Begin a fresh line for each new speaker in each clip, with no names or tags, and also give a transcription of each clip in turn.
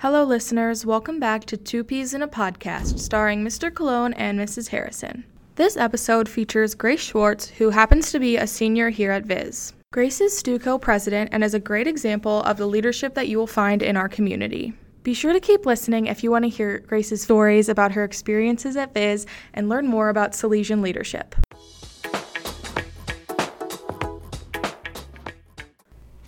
Hello, listeners. Welcome back to Two Peas in a Podcast, starring Mr. Cologne and Mrs. Harrison. This episode features Grace Schwartz, who happens to be a senior here at Viz. Grace is StuCo president and is a great example of the leadership that you will find in our community. Be sure to keep listening if you want to hear Grace's stories about her experiences at Viz and learn more about Salesian leadership.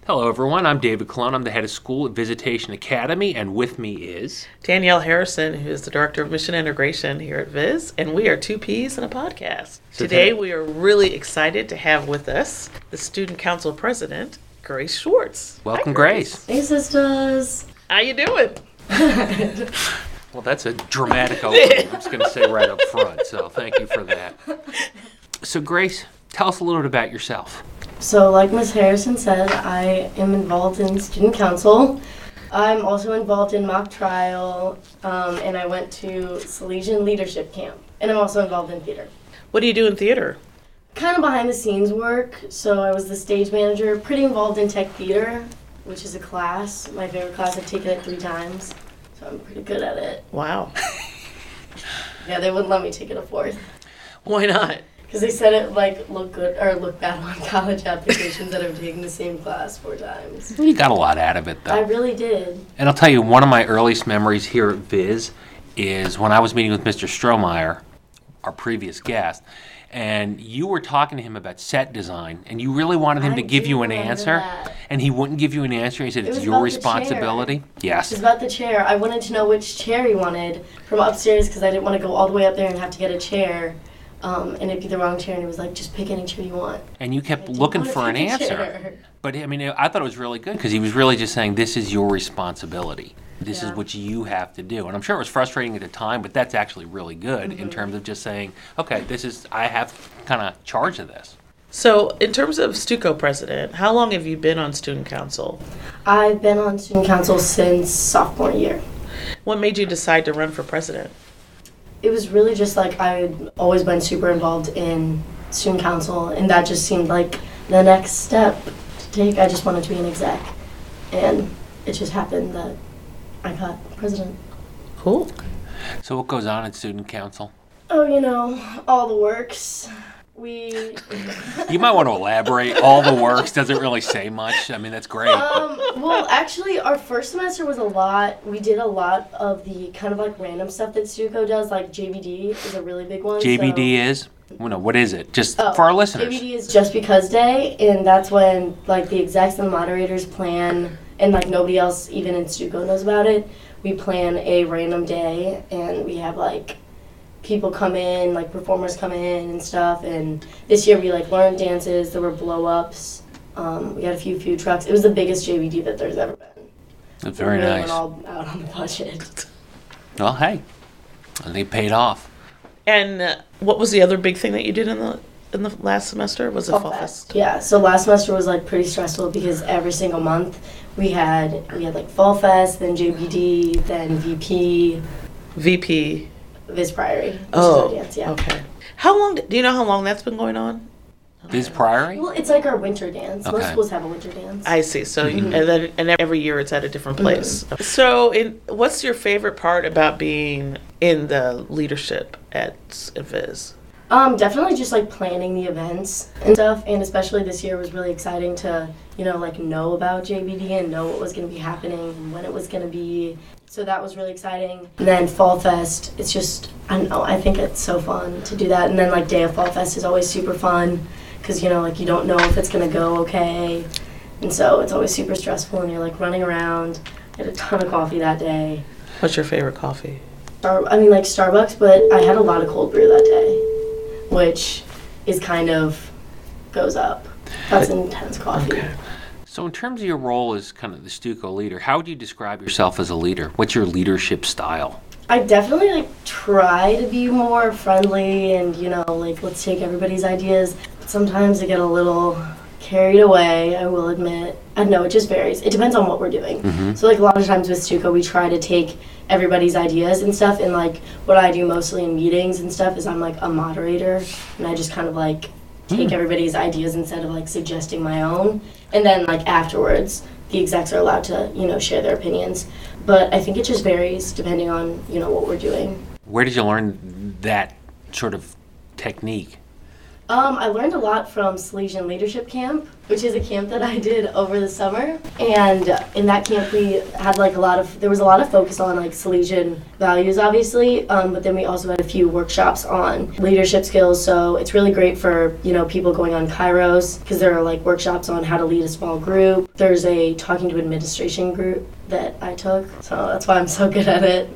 Hello, everyone. I'm David Colon. I'm the head of school at Visitation Academy, and with me is.
Danielle Harrison, who is the Director of Mission Integration here at Viz, and we are two peas in a podcast.
So
Today,
today-
we are really excited to have with us the Student Council President, Grace Schwartz.
Welcome, Grace.
Hey, sisters.
How you doing?
Well, that's a dramatic opening. I'm just going to say right up front, so thank you for that. So, Grace, tell us a little bit about yourself.
So, like Ms. Harrison said, I am involved in student council. I'm also involved in mock trial, um, and I went to Salesian Leadership Camp. And I'm also involved in theater.
What do you do in theater?
Kind of behind the scenes work, so I was the stage manager, pretty involved in tech theater, which is a class, my favorite class. I've taken it three times, so I'm pretty good at it.
Wow.
Yeah, they wouldn't let me take it a fourth.
Why not?
Because they said it like looked good or looked bad on college applications that have taken the same class four times.
You got a lot out of it,
I
though.
really did.
And I'll tell you, one of my earliest memories here at Viz is when I was meeting with Mr. Strohmeyer, our previous guest, and you were talking to him about set design, and you really wanted him
I
to give
do
you an
remember
answer,
that.
and he wouldn't give you an answer. He said, It's
was
your
about the chair.
responsibility. Yes.
It was about the chair. I wanted to know which chair he wanted from upstairs because I didn't want to go all the way up there and have to get a chair um, and it'd be the wrong chair. And he was like, just pick any chair you want.
and you kept
I didn't
looking
wanna
for an
pick a
answer.
chair.
But I mean, I thought it was really good because he was really just saying, "This is your responsibility. This is
Yeah.
what you have to do." And I'm sure it was frustrating at the time, but that's actually really good
Mm-hmm.
in terms of just saying, "Okay, this is I have kind of charge of this."
So, in terms of STUCO President, how long have you been on Student Council?
I've been on student council since sophomore year.
What made you decide to run for president?
It was really just like I'd always been super involved in student council, and that just seemed like the next step to take. I just wanted to be an exec, and it just happened that I got president.
Cool.
So what goes on at student council?
Oh, you know, all the works. We
You might want to elaborate. All the works doesn't really say much. I mean, that's great. but-
um, well, actually, our first semester was a lot. We did a lot of the kind of like random stuff that Stuco does, like JBD is a really big one. so-
JBD is well, no, what is it? Just
Oh,
for our listeners.
JBD is just because day, and that's when like the execs and moderators plan, and like nobody else even in Stuco knows about it. We plan a random day, and we have like people come in, like performers come in and stuff. And this year we like learned dances. There were blow ups. Um, we had a few food trucks. It was the biggest JBD that there's ever been.
That's very
we really
nice.
Went all out on the budget.
Well, hey, I think it paid off.
And uh, what was the other big thing that you did in the in the last semester? Was it Fall Fest?
Oh, Yeah. So last semester was like pretty stressful because every single month we had we had like Fall Fest, then JBD, then VP,
VP.
Viz Priory. which is
Oh,
our dance, yeah.
okay. How long? Do you know how long that's been going on?
Viz Priory.
Well, it's like our winter dance.
Okay.
Most schools have a winter dance.
I see. So, you-
Mm-hmm.
and then and every year it's at a different place.
Mm-hmm.
So, in, what's your favorite part about being in the leadership at S- at Viz?
Um, definitely just like planning the events and stuff, and especially this year was really exciting to you know like know about JBD and know what was going to be happening and when it was going to be. So that was really exciting. And then Fall Fest, it's just I don't know. I think it's so fun to do that. And then like Day of Fall Fest is always super fun because you know like you don't know if it's going to go okay, and so it's always super stressful and you're like running around. I had a ton of coffee that day.
What's your favorite coffee?
Star- I mean, like Starbucks, but I had a lot of cold brew that day, which is kind of goes up. That's intense coffee.
So, in terms of your role as kind of the Stuco leader, how would you describe yourself as a leader? What's your leadership style?
I definitely like try to be more friendly and you know like let's take everybody's ideas. Sometimes I get a little carried away. I will admit. I know it just varies. It depends on what we're doing. So like a lot of times with Stuco, we try to take everybody's ideas and stuff. And like what I do mostly in meetings and stuff is I'm like a moderator and I just kind of like take everybody's ideas instead of like suggesting my own. And then like afterwards, the execs are allowed to you know share their opinions. But I think it just varies depending on, you know, what we're doing.
Where did you learn that sort of technique?
Um, I learned a lot from Salesian Leadership Camp, which is a camp that I did over the summer. And in that camp, we had like a lot of there was a lot of focus on like Salesian values, obviously. Um, but then we also had a few workshops on leadership skills. So it's really great for you know people going on Kairos because there are like workshops on how to lead a small group. There's a talking to administration group that I took, so that's why I'm so good at it.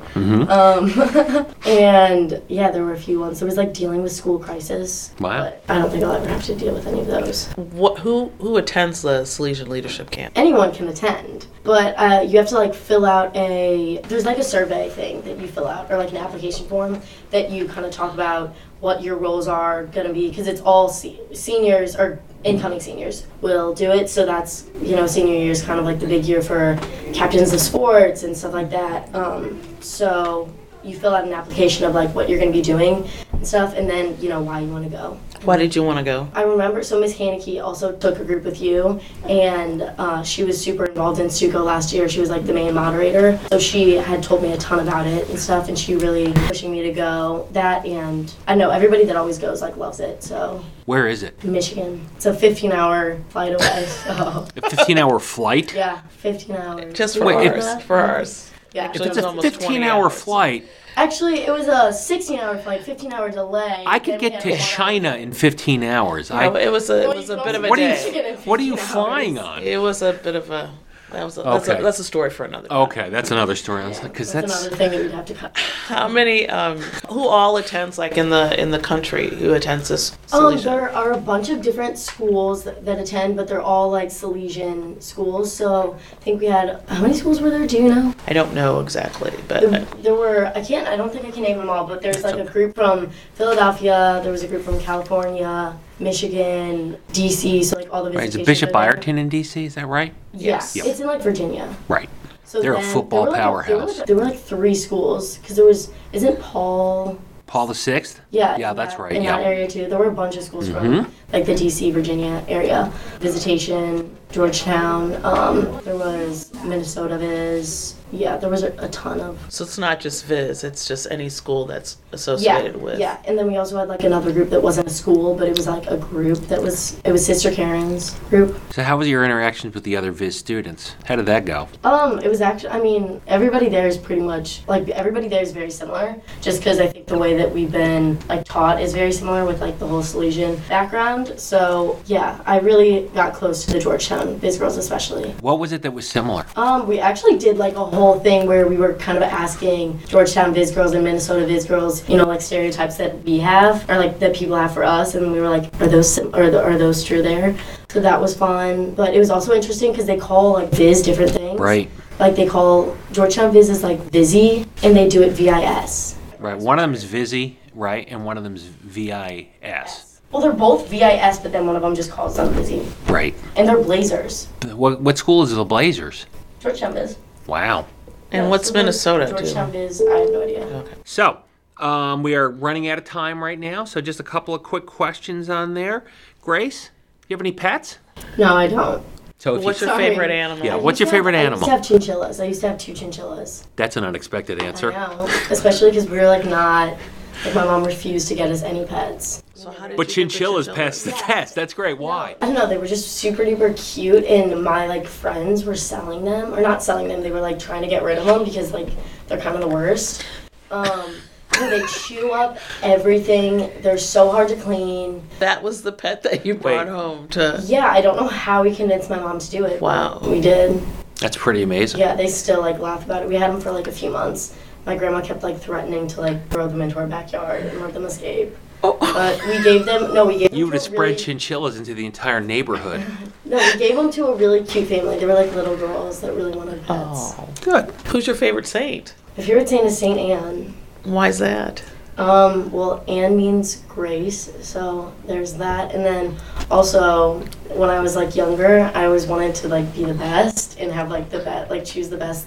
Um, and yeah, there were a few ones. There was like dealing with school crisis.
Wow.
but I don't think I'll ever have to deal with any of those.
What, who who attends the Salesian Leadership Camp?
Anyone can attend, but uh, you have to like fill out a. There's like a survey thing that you fill out, or like an application form that you kind of talk about what your roles are gonna be, because it's all se- seniors or incoming seniors will do it. So that's you know senior year is kind of like the big year for captains of sports and stuff like that. Um, so you fill out an application of like what you're gonna be doing and stuff, and then you know why you want to go.
Why did you want to go?
I remember, so Miss Haneke also took a group with you, and uh, she was super involved in Suco last year. She was like the main moderator, so she had told me a ton about it and stuff, and she really pushing me to go. That and I know everybody that always goes like loves it. So
Where is it?
Michigan, it's a 15-hour flight away. So
A 15 hour flight?
yeah, 15 hours.
Just for
Wait,
ours.
it-
For ours.
Yeah.
It's
It's
It was
a
almost
15
20
hour
hours.
flight.
Actually, it was a 16-hour flight, 15-hour delay.
I could
Then we
get
had
to
one hour.
China in 15 hours. I,
No, it was a it
Well,
was
you
a
can
bit of
also
a
what are
get
you,
to
day.
Michigan in
what are you
15 hours.
flying on?
It was a bit of a that was a, that's,
Okay.
a that's a story for another. time.
Okay, that's another story. I was like, because
That's,
that's.
another thing that we'd have to cut.
How many um who all attends like in the in the country who attends this
Um,
Salesian?
there are a bunch of different schools that, that attend, but they're all like Salesian schools. So I think we had how many schools were there? Do you know?
I don't know exactly, but
There, there were. I can't. I don't think I can name them all, but there's like a group from Philadelphia. There was a group from California, Michigan, D.C. So like all the
Right, is
visitation.
it Bishop
are there.
Ireton in D.C.? Is that right?
Yes,
Yep.
it's in like Virginia.
Right.
So
They're a
then-
football
there were, like, there were, like,
powerhouse.
there were like three schools because there was isn't Paul.
Paul the Sixth.
Yeah.
Yeah,
in
that's
that-
right.
In
Yeah. Mm-hmm.
that area too. There were a bunch of schools from like the DC, Virginia area. Visitation, Georgetown. Um, there was Minnesota Viz. Yeah, there was a, a ton of
so it's not just Viz, it's just any school that's
yeah,
associated with.
yeah, and then we also had like another group that wasn't a school, but it was like a group that was it was Sister Karen's group.
So, how was your interactions with the other Viz students? How did that go?
Um, it was actually I mean everybody there is pretty much like everybody there is very similar, just because I think the way that we've been like taught is very similar with like the whole Salesian background. So yeah, I really got close to the Georgetown biz girls especially.
What was it that was similar?
Um, we actually did like a whole thing where we were kind of asking Georgetown Viz girls and Minnesota Viz girls, you know, like stereotypes that we have or like that people have for us, and we were like, are those sim- are, the, are those true there? So that was fun, but it was also interesting because they call like Viz different things.
Right.
Like they call Georgetown Viz is like Vizzy, and they do it VIS.
Right. One of them's Vizzy, right, and one of them's VIS.
Well, they're both VIS, but then one of them just calls them Vizzy,
Right.
and they're Blazers.
What, what school is the Blazers?
Georgetown Viz.
Wow.
And
Yeah,
what's
so they're
Minnesota
Georgetown
do?
Viz. I have no idea.
So, um, we are running out of time right now. So, just a couple of quick questions on there. Grace, you have any pets?
No, I don't.
So, if
What's
you,
your
Sorry.
favorite animal?
yeah, what's your favorite
I
animal?
used to have chinchillas. I used to have two chinchillas.
That's an unexpected answer.
I know, especially because we were like not. Like my mom refused to get us any pets.
So how did
But
you get the
chinchillas passed the test. That's great. Why?
I don't know. They were just super duper cute, and my like friends were selling them, or not selling them. They were like trying to get rid of them because like they're kind of the worst. Um, so they chew up everything. They're so hard to clean.
That was the pet that you brought
Wait.
home to.
Yeah, I don't know how we convinced my mom to do it.
Wow.
We did.
That's pretty amazing.
Yeah, they still like laugh about it. We had them for like a few months. My grandma kept like threatening to like throw them into our backyard and let them escape. But we gave them no, we gave
You would
them
have
to a
spread
really,
chinchillas into the entire neighborhood.
No, we gave them to a really cute family. They were like little girls that really wanted pets.
Oh.
Good.
Who's your favorite saint?
If you were saying is Saint Anne,
Why is that?
um, well, Anne means grace, so there's that. And then also, when I was like younger, I always wanted to like be the best and have like the best, like choose the best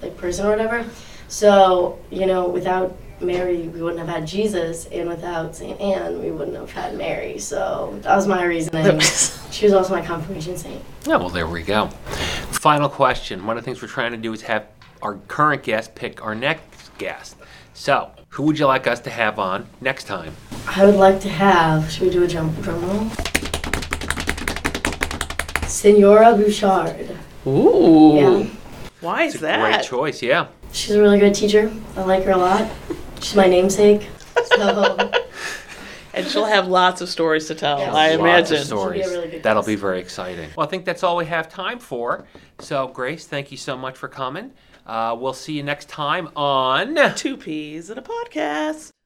like person or whatever. So you know, without Mary, we wouldn't have had Jesus, and without Saint Anne, we wouldn't have had Mary. So that was my reasoning. she was also my confirmation saint.
Yeah, well, there we go. Final question. One of the things we're trying to do is have our current guest pick our next guest. So, who would you like us to have on next time?
I would like to have. Should we do a jump drum roll? Senora Bouchard.
Ooh.
Yeah.
Why is
It's a
that?
great choice, yeah.
She's a really good teacher. I like her a lot. She's my namesake. So
And she'll have lots of stories to tell,
Yes.
I
Lots of
Lots of
imagine.
stories.
Should be a really good
That'll be
guest.
very exciting. Well, I think that's all we have time for. So, Grace, thank you so much for coming. Uh, we'll see you next time on.
Two peas in a podcast.